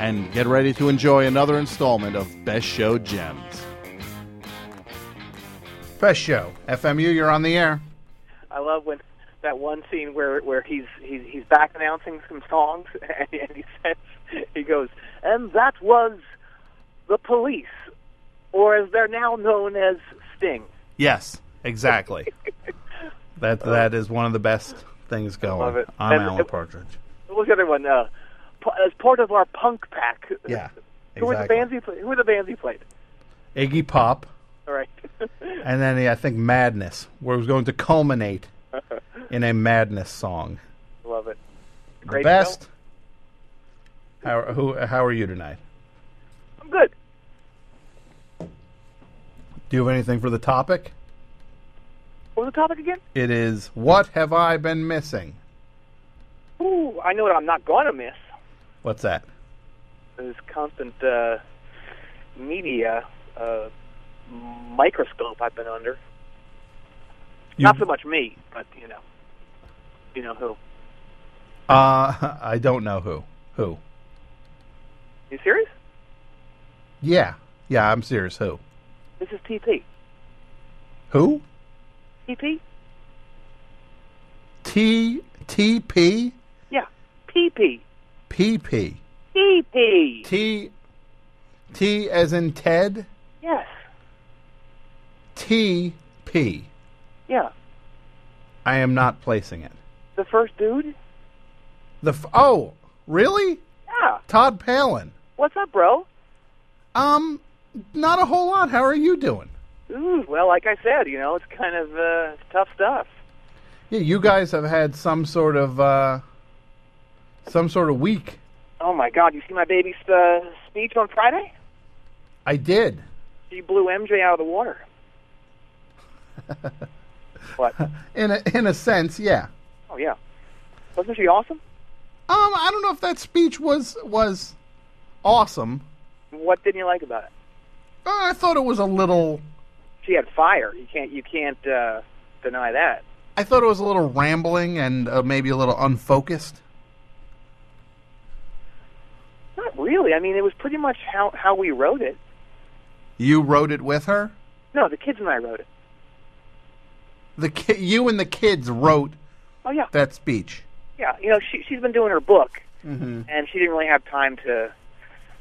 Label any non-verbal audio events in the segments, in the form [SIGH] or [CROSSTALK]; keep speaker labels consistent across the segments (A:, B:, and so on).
A: and get ready to enjoy another installment of Best Show Gems. Best Show. FMU, you're on the air.
B: I love when that one scene where where he's he's, he's back announcing some songs, [LAUGHS] and, and he says he goes, and that was the police, or as they're now known as Sting.
A: Yes, [LAUGHS] exactly. that that is one of the best things going.
B: love it.
A: I'm
B: And-
A: Alan Partridge.
B: What was the other one? Uh, p- as part of our punk pack.
A: Yeah,
B: [LAUGHS] Who were the
A: exactly.
B: bands he played? Who were the bands he played? [LAUGHS]
A: Iggy Pop,
B: All right. [LAUGHS]
A: and then the, I think Madness, where it was going to
B: [LAUGHS]
A: culminate in a Madness song.
B: love it.
A: The
B: Great show.
A: best. How who? How are you tonight?
B: I'm good.
A: Do you have anything for the topic?
B: What was the topic again?
A: It is what have I been missing?
B: Ooh, I know what I'm not going to miss.
A: What's that?
B: This constant uh, media uh, microscope I've been under. Not so
A: You've-
B: much me, but you know, you know who.
A: Uh, [LAUGHS] I don't know who. Who?
B: You serious?
A: Yeah, yeah. I'm serious. Who?
B: This is TP.
A: Who?
B: TP?
A: T T P
B: Yeah. PP.
A: P P
B: TP.
A: T T as in Ted
B: Yes.
A: T P.
B: Yeah.
A: I am not placing it.
B: The first dude?
A: The f- oh really?
B: Yeah.
A: Todd Palin.
B: What's up, bro?
A: Um, not a whole lot. How are you doing?
B: Ooh, well, like I said, you know, it's kind of uh, it's tough stuff.
A: Yeah, you guys have had some sort of uh, some sort of week.
B: Oh my God! You see my baby's uh, speech on Friday?
A: I did.
B: She blew MJ out of the water. what?
A: In a, in a sense, yeah.
B: Oh yeah. Wasn't she awesome?
A: Um, I don't know if that speech was was awesome.
B: What didn't you like about it?
A: Uh, I thought it was a little.
B: She had fire. You can't you can't uh, deny that.
A: I thought it was a little rambling and uh, maybe a little unfocused.
B: Not really. I mean, it was pretty much how how we wrote it.
A: You wrote it with her.
B: No, the kids and I wrote it.
A: The ki- you and the kids wrote
B: Oh yeah,
A: that speech.
B: yeah. You know, she she's been doing her book, and she didn't really have time to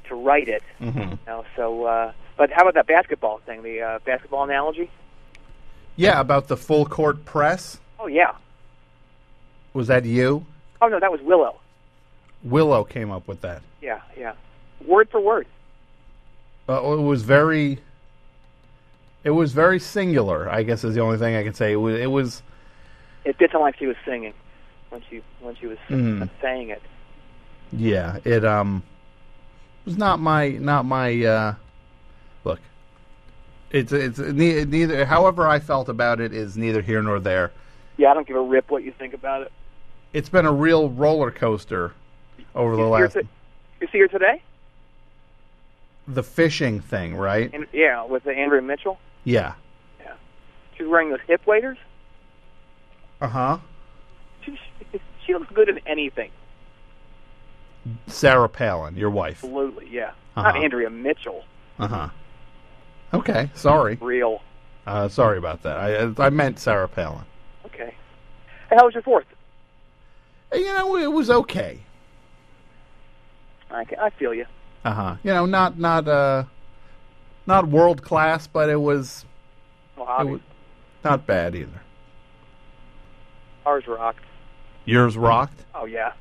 B: to write it. You know, so, uh, but how about that basketball thing? The uh, basketball analogy?
A: Yeah, about the full court press.
B: Oh yeah.
A: Was that you?
B: Oh no, that was Willow.
A: Willow came up with that.
B: Yeah, yeah. Word for word.
A: Uh, it was very. It was very singular. I guess is the only thing I can say. It was. It was
B: It did sound like she was singing when she when she was saying it.
A: Yeah, it um was not my not my uh look. It's it's ne- neither however I felt about it is neither here nor there.
B: Yeah, I don't give a rip what you think about it.
A: It's been a real roller coaster over the
B: You see her
A: last
B: to- you see her today?
A: the fishing thing, right?
B: And yeah, with the Andrea Mitchell.
A: Yeah.
B: Yeah. She's wearing those hip waders.
A: Uh-huh.
B: She, [LAUGHS] she, she looks good in anything.
A: Sarah Palin, your wife.
B: Absolutely, yeah. Not
A: Uh-huh.
B: Andrea Mitchell.
A: Uh-huh. Okay, sorry.
B: Real.
A: Uh sorry about that. I I meant Sarah Palin.
B: Okay. Hey, how was your fourth?
A: You know, it was okay.
B: I, ca- I feel you.
A: Uh huh. You know, not not uh, not world class, but it was
B: Well,
A: it
B: obviously,
A: was not bad either.
B: ours rocked.
A: Yours rocked.
B: Oh yeah.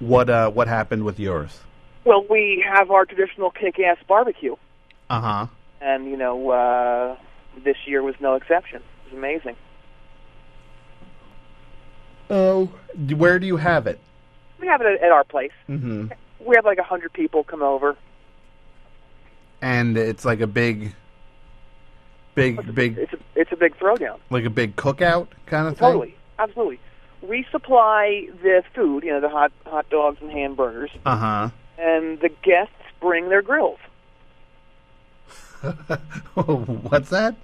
A: What uh, what happened with yours?
B: Well, we have our traditional kick-ass barbecue,
A: Uh huh.
B: and you know, uh, this year was no exception. It was amazing.
A: Oh, where do you have it?
B: We have it at, at our place.
A: Mm-hmm.
B: we had like a hundred people come over.
A: and it's like a big, big, big,
B: It's a, it's a big throwdown.
A: like a big cookout kind of thing.
B: Totally, absolutely. We supply the food, you know, the hot hot dogs and hamburgers,
A: Uh huh.
B: and the guests bring their grills.
A: [LAUGHS] What's that?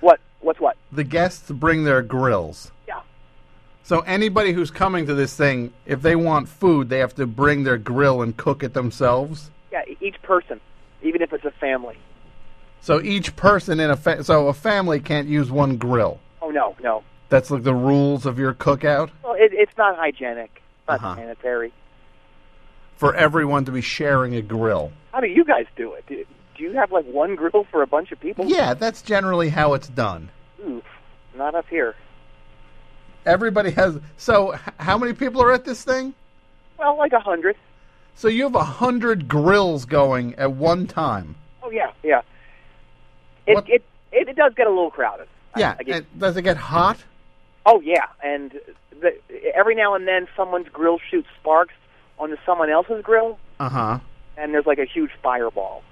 B: What? What's what?
A: The guests bring their grills.
B: Yeah.
A: So anybody who's coming to this thing, if they want food, they have to bring their grill and cook it themselves.
B: Yeah, e- each person, even if it's a family.
A: So each person in a fa- so a family can't use one grill.
B: Oh no, no.
A: That's like the rules of your cookout
B: Well, it, it's not hygienic, not
A: Uh-huh.
B: sanitary.
A: for everyone to be sharing a grill.
B: How do you guys do it? Do, do you have like one grill for a bunch of people?
A: Yeah, that's generally how it's done.
B: Oof, not up here.
A: Everybody has so h- how many people are at this thing?
B: Well, like a hundred.
A: So you have a hundred grills going at one time.
B: Oh yeah, yeah. It,
A: What-
B: it it it does get a little crowded. I-
A: Yeah,
B: I get-
A: and does it get hot?
B: Oh yeah, and the, every now and then someone's grill shoots sparks onto someone else's grill,
A: Uh huh.
B: and there's like a huge fireball.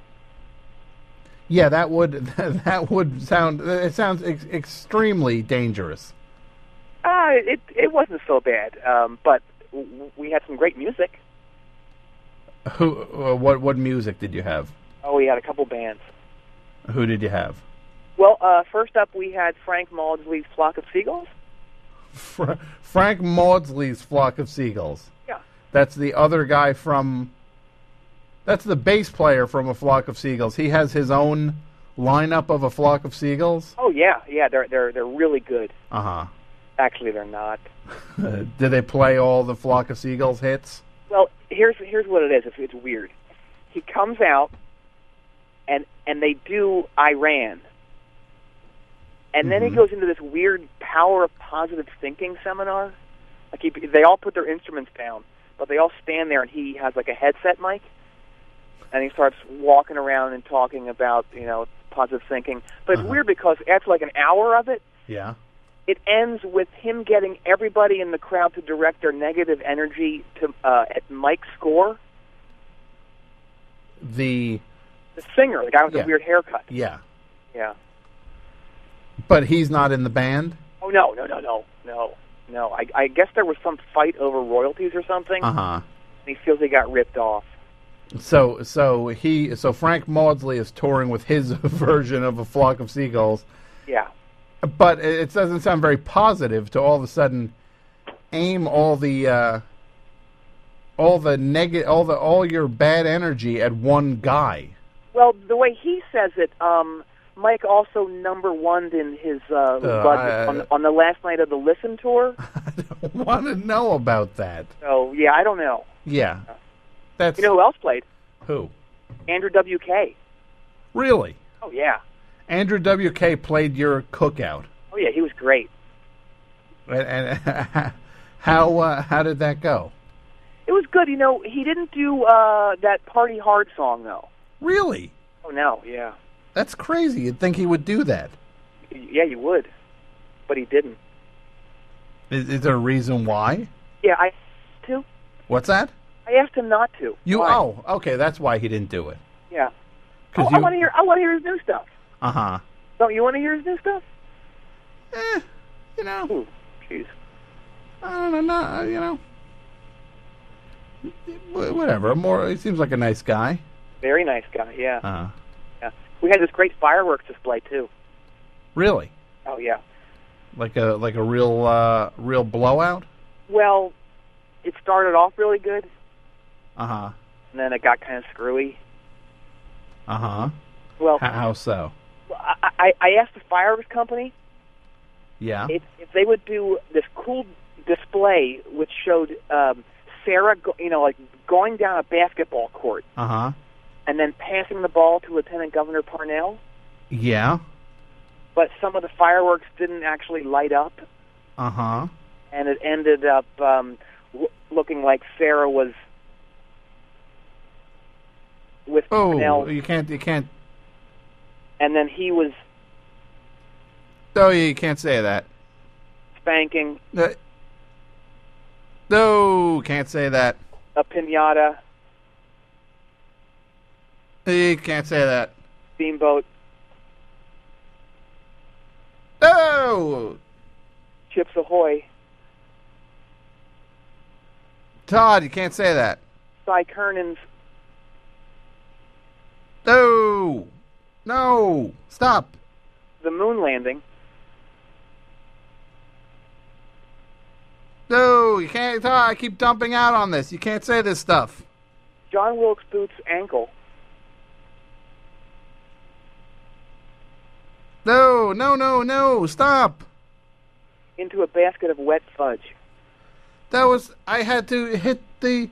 A: Yeah, that would [LAUGHS] that would sound it sounds ex- extremely dangerous.
B: Ah, it it wasn't so bad, um, but w- we had some great music.
A: Who? Uh, what? What music did you have?
B: Oh, we had a couple bands.
A: Who did you have?
B: Well, uh, first up we had Frank Mauldsley's Flock of Seagulls.
A: Fra- Frank Maudsley's flock of seagulls.
B: Yeah.
A: That's the other guy from. That's the bass player from a flock of seagulls. He has his own lineup of a flock of seagulls.
B: Oh yeah, yeah. They're they're they're really good.
A: Uh
B: Actually, they're not.
A: huh. [LAUGHS] Do they play all the flock of seagulls hits?
B: Well, here's here's what it is. It's, it's weird. He comes out, and and they do Iran, and then he goes into this weird power of positive thinking seminar. Like he, they all put their instruments down, but they all stand there, and he has like a headset mic, and he starts walking around and talking about you know positive thinking. But it's weird because after like an hour of it,
A: Yeah.
B: it ends with him getting everybody in the crowd to direct their negative energy to uh, at Mike Score,
A: The
B: the singer, the guy with
A: Yeah.
B: the weird haircut.
A: yeah,
B: Yeah.
A: but he's not in the band.
B: Oh no, no, no, no, no, no. I, I guess there was some fight over royalties or something.
A: Uh huh.
B: And he feels he got ripped off.
A: So so he so Frank Maudsley is touring with his [LAUGHS] version of a flock of seagulls,
B: Yeah.
A: but it it doesn't sound very positive to all of a sudden aim all the uh, all the neg all the all your bad energy at one guy. [LAUGHS]
B: Well, the way he says it, um, Mike also number one'd in his uh, budget on, on the last night of the Listen tour.
A: I don't want to know about that.
B: So yeah, I don't know.
A: Yeah, that's
B: You know who else played?
A: who
B: Andrew WK.
A: really.
B: Oh yeah.
A: Andrew WK played your cookout,
B: Oh yeah, he was great.
A: and, and [LAUGHS] how uh, how did that go?
B: It was good. You know, he didn't do uh, that party hard song though.
A: Really,
B: Oh no, yeah,
A: that's crazy. You'd think he would do that.
B: yeah, you would, but he didn't.
A: Is, is there a reason why?
B: Yeah, I to.
A: What's that?
B: I asked him not to.
A: You
B: Why?
A: oh okay, that's why he didn't do it.
B: Yeah. Oh,
A: 'Cause
B: I
A: you-
B: want to hear. I want to hear his new stuff.
A: Uh huh.
B: Don't you want to hear his new stuff?
A: Eh, you know,
B: Ooh, jeez.
A: I don't know. Not, uh, you know, Wh- whatever. More. He seems like a nice guy.
B: Very nice guy. Yeah.
A: Uh huh.
B: yeah. We had this great fireworks display too.
A: Really,
B: Oh yeah.
A: like a like a real uh, real blowout.
B: Well, it started off really good,
A: Uh huh.
B: and then it got kind of screwy.
A: Uh huh.
B: Well,
A: How, how so?
B: I, I, I asked the fireworks company
A: Yeah.
B: [LAUGHS] if, if they would do this cool display which showed um, Sarah, go, you know, like going down a basketball court
A: Uh huh.
B: and then passing the ball to Lieutenant Governor Parnell,
A: Yeah.
B: but some of the fireworks didn't actually light up,
A: Uh huh.
B: and it ended up um, w- looking like Sarah was with
A: Oh,
B: Parnell,
A: you can't. You can't.
B: and then he was
A: Oh, you can't say that.
B: spanking
A: Uh, No, can't say that.
B: a pinata.
A: You can't say that.
B: Steamboat,
A: Oh,
B: Chips Ahoy,
A: Todd, you can't say that.
B: Cy Kernan's
A: No, no, stop.
B: The Moon Landing,
A: No, you can't. Todd, I keep dumping out on this. You can't say this stuff.
B: John Wilkes Booth's ankle,
A: No, no, no, no, stop.
B: into a basket of wet fudge.
A: That was I had to hit the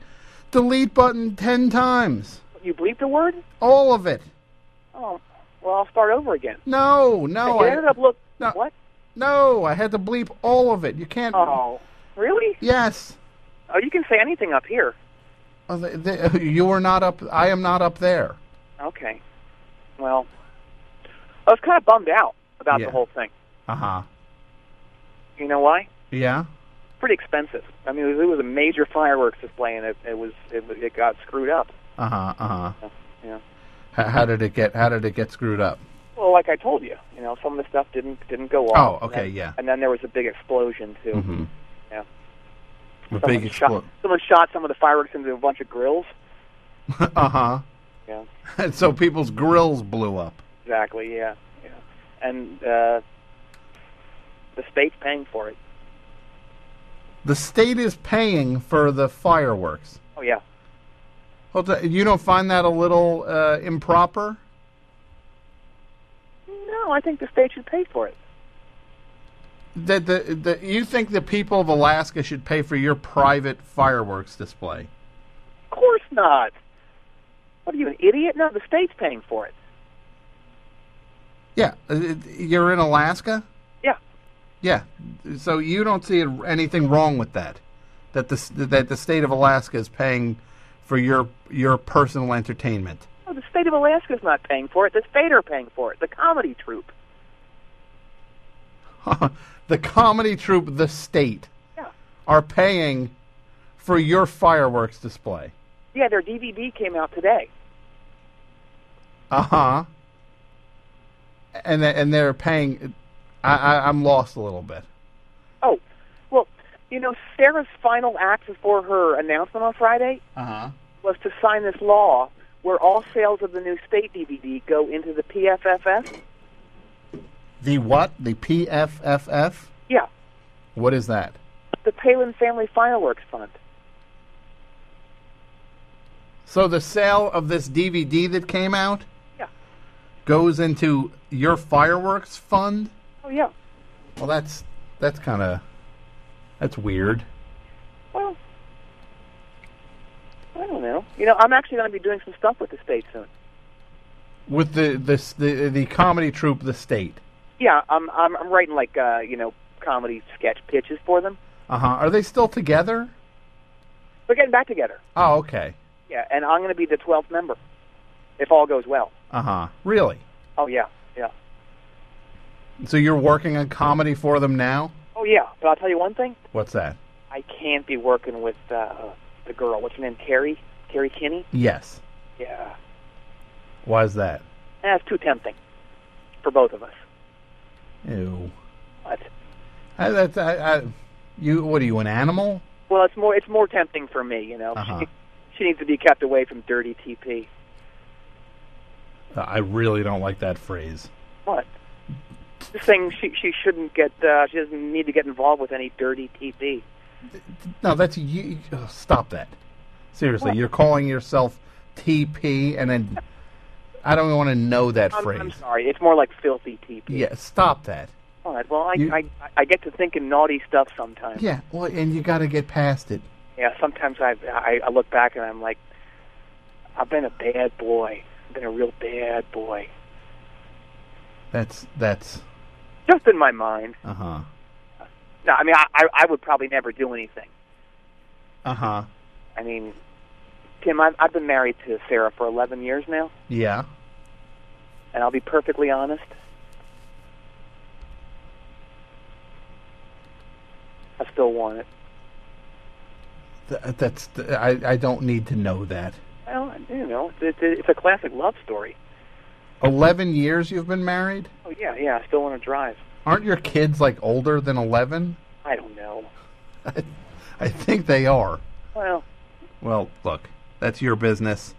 A: delete button ten times.
B: You bleeped a word?
A: All of it.
B: Oh, well, I'll start over again.
A: No, no,
B: it ended
A: Oh, I,
B: up look.
A: No.
B: What?
A: no. I had to bleep all of it. You can't.
B: Oh, really?
A: Yes.
B: Oh, you can say anything up here.
A: Oh, they, they, you are not up. I am not up there.
B: Okay. Well, I was kind of bummed out about
A: Yeah.
B: the whole thing.
A: Uh huh.
B: You know why?
A: Yeah.
B: Pretty expensive. I mean, it was, it was a major fireworks display, and it, it was it, was- it got screwed up.
A: Uh huh. Uh huh.
B: Yeah.
A: How, how did it get? How did it get screwed up?
B: Well, like I told you, you know, some of the stuff didn't didn't go off.
A: Oh, okay,
B: and then,
A: yeah. Mm-hmm.
B: And then there was a big explosion too. Yeah.
A: A
B: Someone
A: big
B: shot,
A: explosion.
B: someone shot some of the fireworks into a bunch of grills.
A: uh huh.
B: Yeah.
A: [LAUGHS] And so people's grills blew up.
B: Exactly. Yeah. Yeah. And uh, the state's paying for it.
A: The state is paying for the fireworks.
B: Oh yeah.
A: Hold on, You don't find that a little uh, improper?
B: No, I think the state should pay for it.
A: That the, the you think the people of Alaska should pay for your private fireworks display?
B: Of course not. What are you, an idiot? No, the state's paying for it.
A: Yeah, uh, you're in Alaska.
B: Yeah.
A: Yeah, so you don't see anything wrong with that? That the s- that the state of Alaska is paying for your your personal entertainment? [LAUGHS]
B: No, the state of Alaska's not paying for it. The state are paying for it. The comedy troupe.
A: the comedy troupe, the state,
B: Yeah.
A: are paying for your fireworks display.
B: Yeah, their DVD came out today.
A: Uh huh. And they- and they're paying. I, I I'm lost a little bit.
B: Oh, well, you know, Sarah's final act before her announcement on Friday
A: Uh huh.
B: was to sign this law where all sales of the new state DVD go into the PFFF.
A: The what? The PFFF?
B: Yeah,
A: What is that?
B: the Palin Family Fireworks Fund.
A: So the sale of this DVD that came out
B: Yeah.
A: goes into your fireworks fund.
B: Oh, yeah.
A: Well, that's that's kind of that's weird.
B: Well, I don't know. You know, I'm actually going to be doing some stuff with the state soon.
A: With the this the the comedy troupe, the state.
B: Yeah, I'm I'm, I'm writing like uh, you know comedy sketch pitches for them.
A: Uh huh. Are they still together?
B: We're getting back together.
A: Oh, okay.
B: Yeah, and I'm going to be the 12th member if all goes well.
A: Uh huh. Really?
B: Oh yeah, yeah.
A: So you're working on comedy for them now?
B: Oh yeah. But I'll tell you one thing.
A: What's that?
B: I can't be working with uh, the girl. What's her name? Carrie. Carrie Kinney.
A: Yes.
B: Yeah.
A: Why is that?
B: That's too tempting for both of us.
A: Ew.
B: But,
A: I, that's I, I, you. What are you, an animal?
B: well, it's more it's more tempting for me. You know,
A: Uh-huh.
B: she, [LAUGHS] she needs to be kept away from dirty TP.
A: Uh, I really don't like that phrase.
B: What? This thing she she shouldn't get. Uh, she doesn't need to get involved with any dirty TP.
A: No, that's you. oh, Stop that. Seriously,
B: What?
A: you're calling yourself TP, and then I don't want to know that
B: I'm,
A: phrase.
B: I'm sorry. It's more like filthy TP.
A: Yeah, stop that.
B: All right. Well, I,
A: You-
B: I I get to thinking naughty stuff sometimes.
A: Yeah, well, and you got to get past it.
B: Yeah, sometimes I, I I look back and I'm like, I've been a bad boy. I've been a real bad boy.
A: That's that's.
B: Just in my mind.
A: Uh huh.
B: No, I mean I I I would probably never do anything.
A: Uh huh.
B: I mean, Tim, I've I've been married to Sarah for 11 years now,
A: Yeah.
B: and I'll be perfectly honest. I still want it.
A: Th- that's. I I don't need to know that.
B: Well, you know, it's, it's a classic love story.
A: Eleven years you've been married.
B: Oh yeah, yeah. I still want to drive.
A: Aren't your kids like older than eleven? [LAUGHS]
B: I don't know.
A: I think they are.
B: Well,
A: Well, look, that's your business.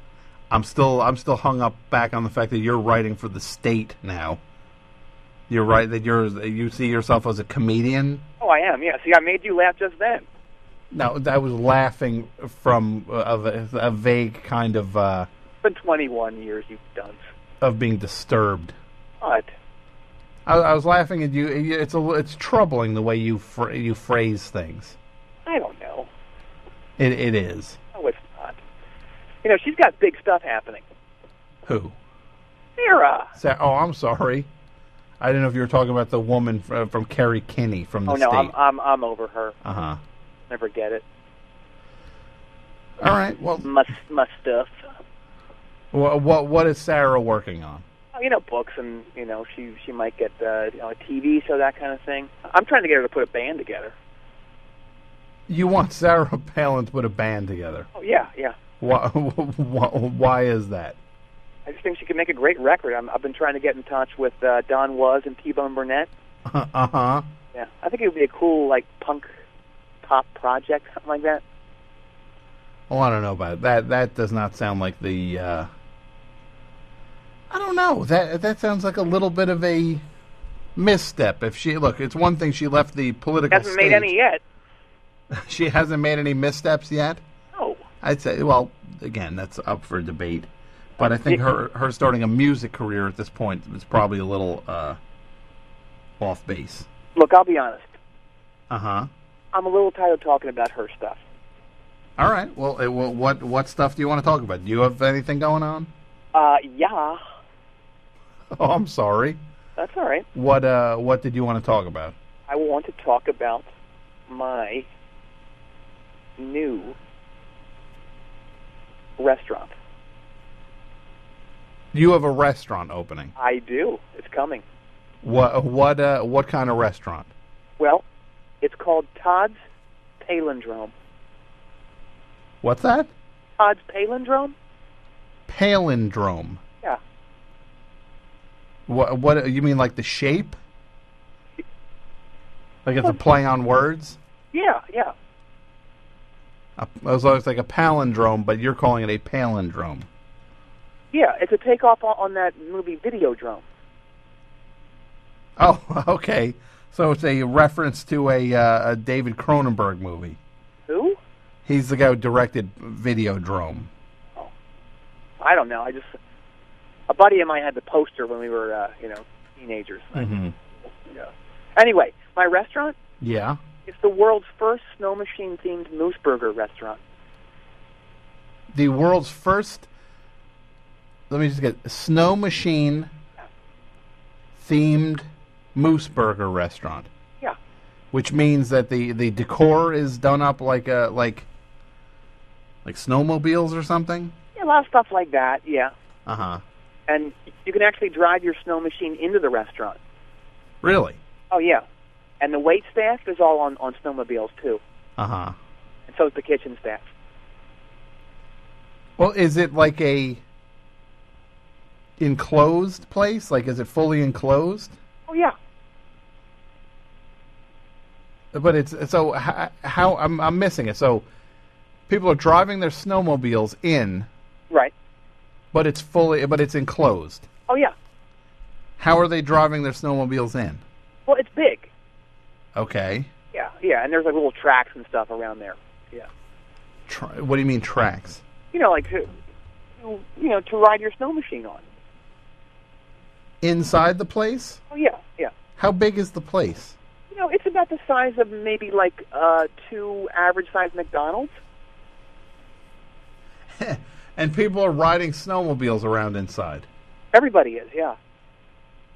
A: I'm still I'm still hung up back on the fact that you're writing for the state now. You're right that you're you see yourself as a comedian.
B: oh, I am. Yeah. See, I made you laugh just then.
A: No, I was laughing from uh, of a, a vague kind of uh,
B: It's been 21 years, you've done.
A: of being disturbed.
B: But
A: I, I was laughing at you. It's a, it's troubling the way you fr- you phrase things.
B: I don't know.
A: It it is.
B: No, it's not. You know, she's got big stuff happening.
A: Who?
B: Sarah.
A: Sa- oh, I'm sorry. I didn't know if you were talking about the woman fr- from Kerry Kinney from the
B: Oh no,
A: state.
B: I'm I'm I'm over her.
A: Uh huh.
B: Never get it.
A: All right. Well,
B: My my stuff.
A: what what, what is Sarah working on?
B: Oh, you know, books and you know she she might get uh, you know, a TV show that kind of thing. I'm trying to get her to put a band together.
A: You want Sarah Palin to put a band together?
B: Oh yeah, yeah.
A: [LAUGHS] Why why, why is that?
B: I just think she could make a great record. I'm, I've been trying to get in touch with uh, Don Was and T-Bone Burnett.
A: Uh huh.
B: Yeah, I think it would be a cool like punk pop project, something like that.
A: Well, I don't know about that. That does not sound like the. Uh, I don't know. That that sounds like a little bit of a misstep. If she look, it's one thing she left the political.
B: Hasn't made
A: stage.
B: any yet.
A: She hasn't made any missteps yet.
B: No.
A: I'd say. Well, again, that's up for debate. But I think her her starting a music career at this point is probably a little uh, off base.
B: Look, I'll be honest.
A: Uh huh.
B: I'm a little tired of talking about her stuff.
A: All right. Well, it, well, what what stuff do you want to talk about? Do you have anything going on? [LAUGHS]
B: Uh, yeah,
A: Oh, I'm sorry.
B: that's all right.
A: What uh what did you want to talk about?
B: I want to talk about my new restaurant.
A: You have a restaurant opening.
B: I do. It's coming.
A: What what uh what kind of restaurant?
B: Well, it's called Todd's Palindrome.
A: What's that?
B: Todd's Palindrome?
A: Palindrome.
B: Yeah.
A: What what you mean like the shape? Like it's a play on words?
B: Yeah, yeah.
A: A- So it's like a palindrome, but you're calling it a palindrome.
B: Yeah, it's a takeoff on, on that movie Videodrome.
A: Oh, [LAUGHS] okay. So it's a reference to a, uh, a David Cronenberg movie.
B: Who?
A: He's the guy who directed Videodrome.
B: I don't know. I just a buddy of mine had the poster when we were, uh, you know, teenagers.
A: Mm-hmm.
B: Yeah. Anyway, my restaurant
A: Yeah.
B: is the world's first snow machine themed moose burger restaurant.
A: the world's first. Let me just get snow machine themed moose burger restaurant,
B: Yeah.
A: which means that the the decor is done up like a like like snowmobiles or something.
B: yeah, a lot of stuff like that. Yeah,
A: Uh huh.
B: and you can actually drive your snow machine into the restaurant.
A: Really.
B: Oh yeah, and the wait staff is all on on snowmobiles too,
A: Uh huh.
B: and so is the kitchen staff.
A: Well, is it like a enclosed place? Like, is it fully enclosed?
B: Oh yeah,
A: But it's so how, how I'm I'm missing it. So people are driving their snowmobiles in,
B: right.
A: but it's fully but it's enclosed.
B: Oh yeah.
A: How are they driving their snowmobiles in?
B: Well, it's big.
A: Okay.
B: Yeah, yeah, and there's like little tracks and stuff around there. Yeah,
A: Tra- what do you mean tracks?
B: you know, like to, you know, to ride your snow machine on.
A: Inside the place?
B: Oh yeah, yeah.
A: How big is the place? [LAUGHS]
B: You know, it's about the size of maybe like uh two average sized McDonald's.
A: and people are riding snowmobiles around inside.
B: Everybody is. Yeah.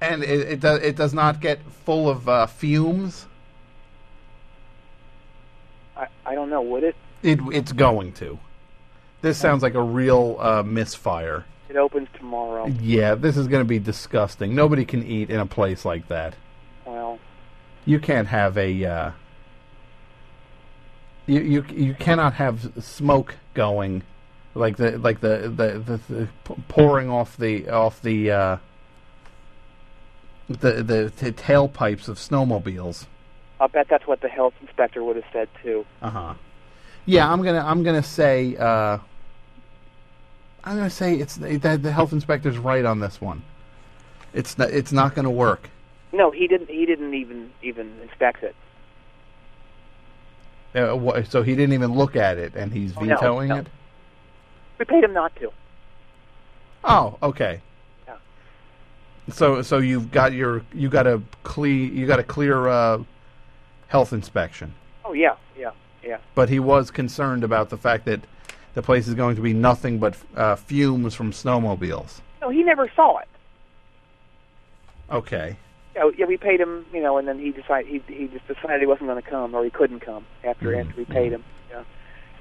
A: And it it, do, it does not get full of uh, fumes.
B: I I don't know. Would it?
A: It it's going to. This sounds like a real uh, misfire.
B: It opens tomorrow.
A: Yeah, this is going to be disgusting. Nobody can eat in a place like that.
B: Well,
A: you can't have a uh, you you you cannot have smoke going like the like the the, the, the p- pouring off the off the uh, the, the the tailpipes of snowmobiles.
B: I'll bet that's what the health inspector would have said too.
A: Uh huh. Yeah, I'm gonna I'm gonna say uh, I'm gonna say it's that the health inspector's right on this one. It's not, it's not gonna work.
B: No, he didn't. He didn't even even inspect it.
A: Uh, wha- so he didn't even look at it, and he's
B: Oh, no,
A: vetoing
B: no.
A: it.
B: We paid him not to.
A: Oh, okay.
B: Yeah.
A: So so you've got your you got a clear you got a clear uh, health inspection,
B: Oh yeah, yeah, yeah.
A: but he was concerned about the fact that the place is going to be nothing but uh, fumes from snowmobiles.
B: No, he never saw it.
A: Okay.
B: Yeah, Oh, yeah, we paid him, you know, and then he decided he he just decided he wasn't going to come or he couldn't come after
A: Mhm,
B: after we paid him. Yeah.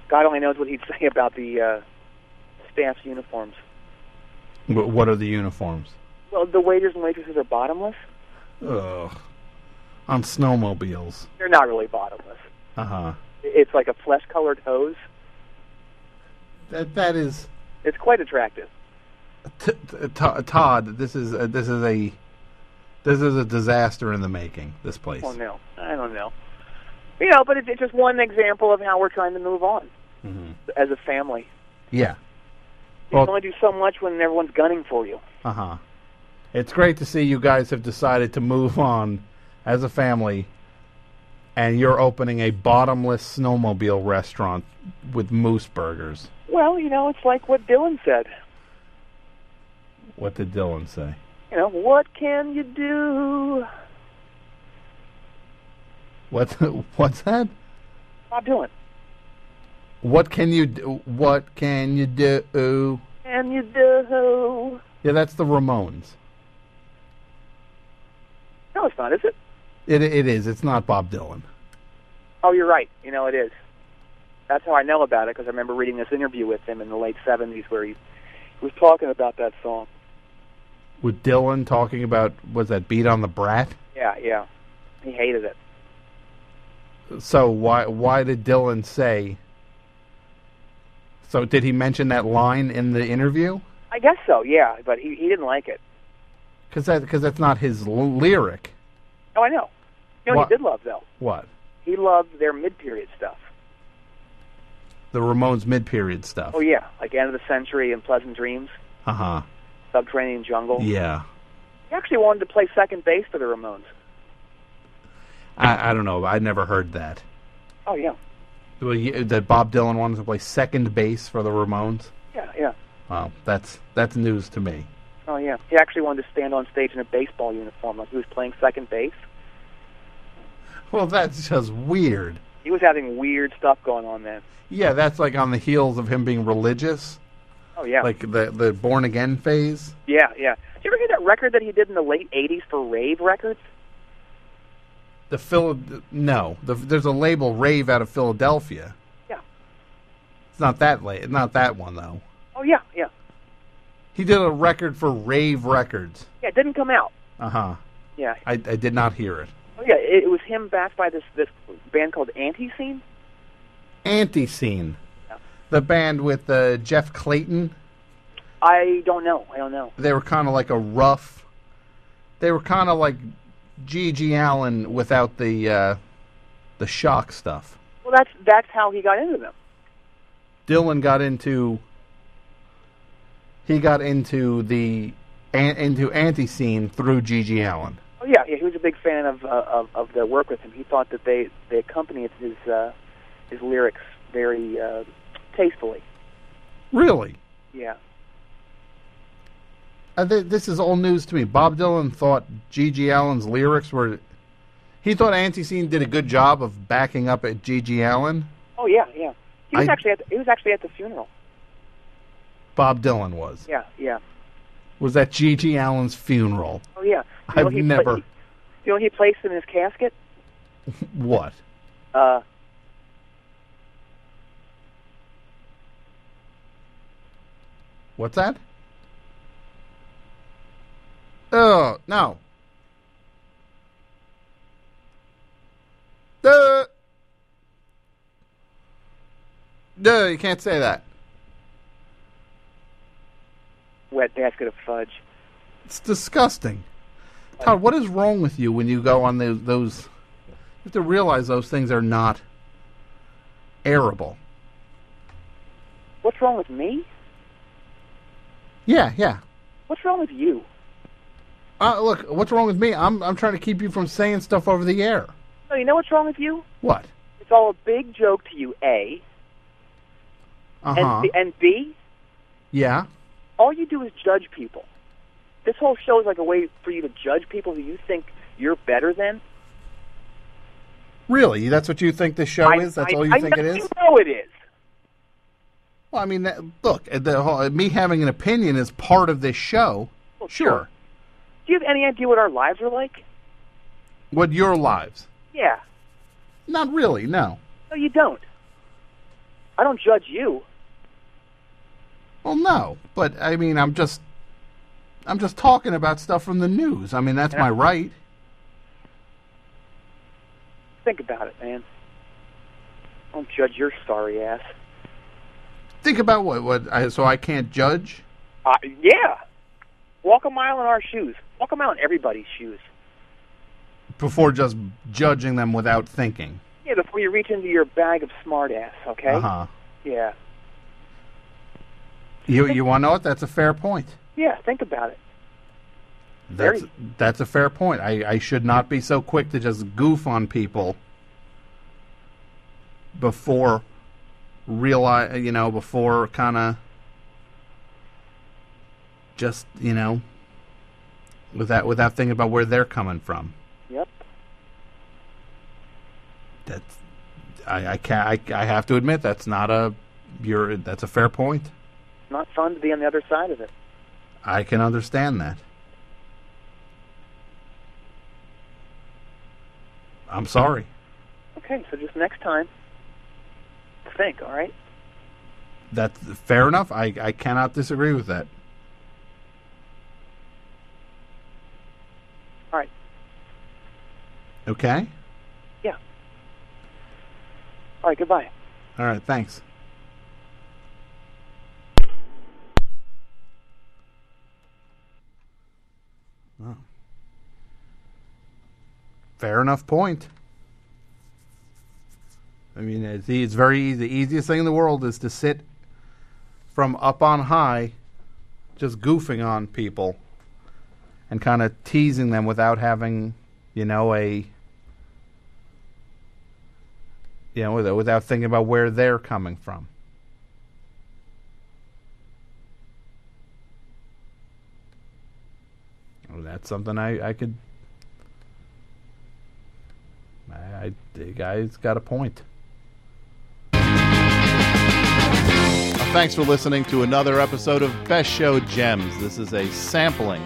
B: God only knows what he'd [LAUGHS] say about the uh, staff's uniforms.
A: Wh- what are the uniforms?
B: Well, the waiters and waitresses are bottomless.
A: Ugh. On snowmobiles.
B: They're not really bottomless.
A: Uh huh.
B: It's like a flesh-colored hose.
A: That that is
B: It's quite attractive.
A: t- t- to- Todd. This is a, this is a this is a disaster in the making. This place.
B: Oh no, I don't know. You know, but it's, it's just one example of how we're trying to move on
A: Mhm.
B: as a family.
A: Yeah.
B: You
A: Well-
B: can only do so much when everyone's gunning for you.
A: Uh huh. It's great to see you guys have decided to move on as a family, and you're opening a bottomless snowmobile restaurant with moose burgers.
B: Well, you know, it's like what Dylan said.
A: What did Dylan say?
B: You know, what can you do?
A: What's [LAUGHS] what's that?
B: Bob Dylan.
A: What can you do? What can you do?
B: Can you do?
A: Yeah, that's the Ramones.
B: No, it's not, is it?
A: It it is. It's not Bob Dylan.
B: Oh, you're right. You know, it is. That's how I know about it because I remember reading this interview with him in the late '70s where he, he was talking about that song.
A: With Dylan talking about was that beat on the brat?
B: Yeah, yeah. He hated it.
A: So why why did Dylan say? So did he mention that line in the interview?
B: I guess so. Yeah, but he he didn't like it.
A: Because that, cause that's not his l- lyric.
B: Oh, I know. You
A: What?
B: know, what he did love though.
A: What?
B: He loved their mid-period stuff.
A: The Ramones mid period stuff.
B: Oh yeah, like End of the Century and Pleasant Dreams,
A: Uh huh.
B: Subterranean Jungle.
A: Yeah.
B: He actually wanted to play second base for the Ramones.
A: I, I don't know. I never heard that.
B: Oh yeah,
A: Well, you- That Bob Dylan wanted to play second base for the Ramones.
B: yeah, yeah.
A: Wow, that's that's news to me.
B: Oh yeah, he actually wanted to stand on stage in a baseball uniform, like he was playing second base.
A: Well, that's just weird.
B: He was having weird stuff going on then.
A: Yeah, that's like on the heels of him being religious,
B: Oh yeah,
A: like the the born again phase.
B: yeah, yeah. Did you ever hear that record that he did in the late '80s for Rave Records?
A: The Phil, no, the, there's a label rave out of Philadelphia.
B: Yeah.
A: It's not that late. Not that one though.
B: Oh yeah, yeah,
A: He did a record for Rave Records.
B: yeah. It didn't come out.
A: Uh huh.
B: Yeah,
A: I, I did not hear it.
B: oh yeah. It, it was him backed by this this band called Anti Scene.
A: Anti Scene.
B: Yeah.
A: The band with uh, Jeff Clayton.
B: I don't know. I don't know.
A: They were kind of like a rough. They were kind of like G.G. Allen without the uh, the shock stuff.
B: Well, that's that's how he got into them.
A: Dylan got into. He got into the an, into Anti Scene through G.G. Allen.
B: Oh yeah, yeah. He was a big fan of uh, of, of their work with him. He thought that they they accompanied his uh, his lyrics very uh, tastefully.
A: Really.
B: Yeah.
A: Uh, th- this is all news to me. Bob Dylan thought G.G. Allen's lyrics were. He thought Anti Scene did a good job of backing up at G.G. Allen.
B: Oh yeah, yeah. He was
A: I-
B: actually at the, he was actually at the funeral.
A: Bob Dylan was.
B: Yeah, yeah.
A: Was at G.G. Allen's funeral.
B: Oh yeah. You
A: I've
B: know, he pla-
A: never.
B: he- you know what he placed in his casket?
A: What?
B: Uh,
A: What's that? Oh, no. Duh. Duh, you can't say that.
B: wet basket of fudge.
A: It's disgusting. Todd, what is wrong with you when you go on those? those you have to realize those things are not airable.
B: What's wrong with me?
A: Yeah, yeah.
B: What's wrong with you?
A: Uh, look, what's wrong with me? I'm I'm trying to keep you from saying stuff over the air.
B: No, Oh, you know what's wrong with you?
A: What?
B: It's all a big joke to you, A.
A: Uh
B: And,
A: huh.
B: B- and B,
A: Yeah.
B: all you do is judge people. This whole show is like a way for you to judge people who you think you're better than.
A: Really? That's what you think the show
B: I-
A: Oh, is? That's
B: I-
A: all you
B: I
A: think it
B: know
A: is?
B: [LAUGHS] You know it is.
A: Well, I mean, that, look, the whole, me having an opinion is part of this show.
B: Well,
A: sure.
B: Do you have any idea what our lives are like?
A: What your lives?
B: Yeah.
A: Not really. No.
B: No, you don't. I don't judge you.
A: Well, no. But I mean, I'm just, I'm just talking about stuff from the news. I mean, that's my right.
B: Think about it, man. Don't judge your sorry ass.
A: Think about what, what. I, so I can't judge.
B: Uh, yeah. Walk a mile in our shoes. Walk a mile in everybody's shoes.
A: before just judging them without thinking.
B: Yeah, before you reach into your bag of smart ass, okay?
A: Uh huh.
B: Yeah.
A: You you want to know what? That's a fair point.
B: Yeah, think about it.
A: That's
B: Very.
A: that's a fair point. I, I should not be so quick to just goof on people before realize you know before kind of just you know without without thinking about where they're coming from.
B: Yep.
A: That's I I can I I have to admit that's not a you're that's a fair point.
B: Not fun to be on the other side of it.
A: I can understand that. I'm sorry.
B: Okay, so just next time, think, all right?
A: That's fair enough. I, I cannot disagree with that.
B: All right.
A: Okay?
B: Yeah. All right, goodbye.
A: All right, thanks. Wow. Fair enough point. I mean, it's, e, it's very easy. The easiest thing in the world is to sit from up on high, just goofing on people and kind of teasing them without having, you know, a you know, without, without thinking about where they're coming from. Well, Oh, that's something I, I could. I, I, the guy's got a point.
C: Uh, Thanks for listening to another episode of Best Show Gems. This is a sampling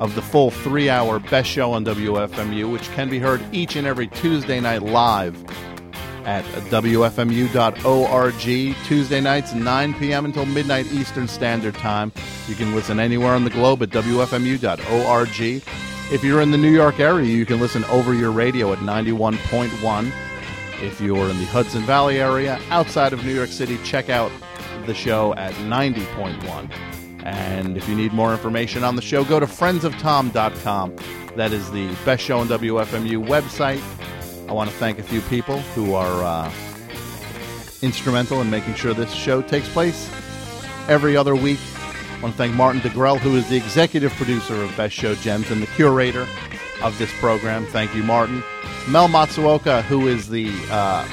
C: of the full three hour Best Show on WFMU, which can be heard each and every Tuesday night live at WFMU.org. Tuesday nights, 9 p.m. until midnight Eastern Standard Time. You can listen anywhere on the globe at WFMU.org. If you're in the New York area, you can listen over your radio at 91.1. If you're in the Hudson Valley area outside of New York City, check out the show at 90.1. And if you need more information on the show, go to friendsoftom.com. That is the best show on WFMU website. I want to thank a few people who are uh, instrumental in making sure this show takes place every other week. I want to thank Martin DeGrell, who is the executive producer of Best Show Gems and the curator of this program. Thank you, Martin. Mel Matsuoka, who is the uh,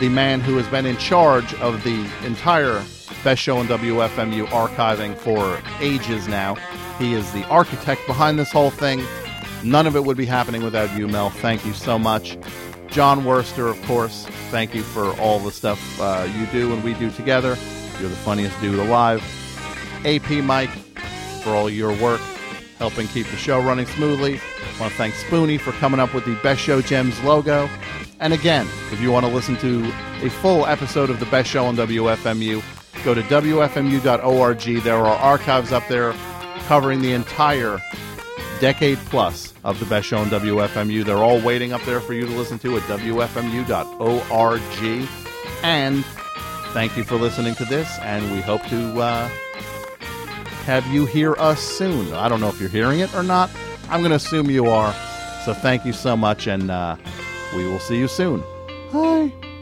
C: the man who has been in charge of the entire Best Show and WFMU archiving for ages now. He is the architect behind this whole thing. None of it would be happening without you, Mel. Thank you so much. John Worster, of course. Thank you for all the stuff uh, you do and we do together. You're the funniest dude alive. AP Mike for all your work helping keep the show running smoothly. I want to thank Spoonie for coming up with the Best Show Gems logo. And again, if you want to listen to a full episode of the Best Show on WFMU, go to WFMU.org. There are archives up there covering the entire decade plus of the best show on WFMU. They're all waiting up there for you to listen to at WFMU.org. And thank you for listening to this, and we hope to uh, have you hear us soon. I don't know if you're hearing it or not. I'm going to assume you are. So thank you so much, and uh, we will see you soon. Hi.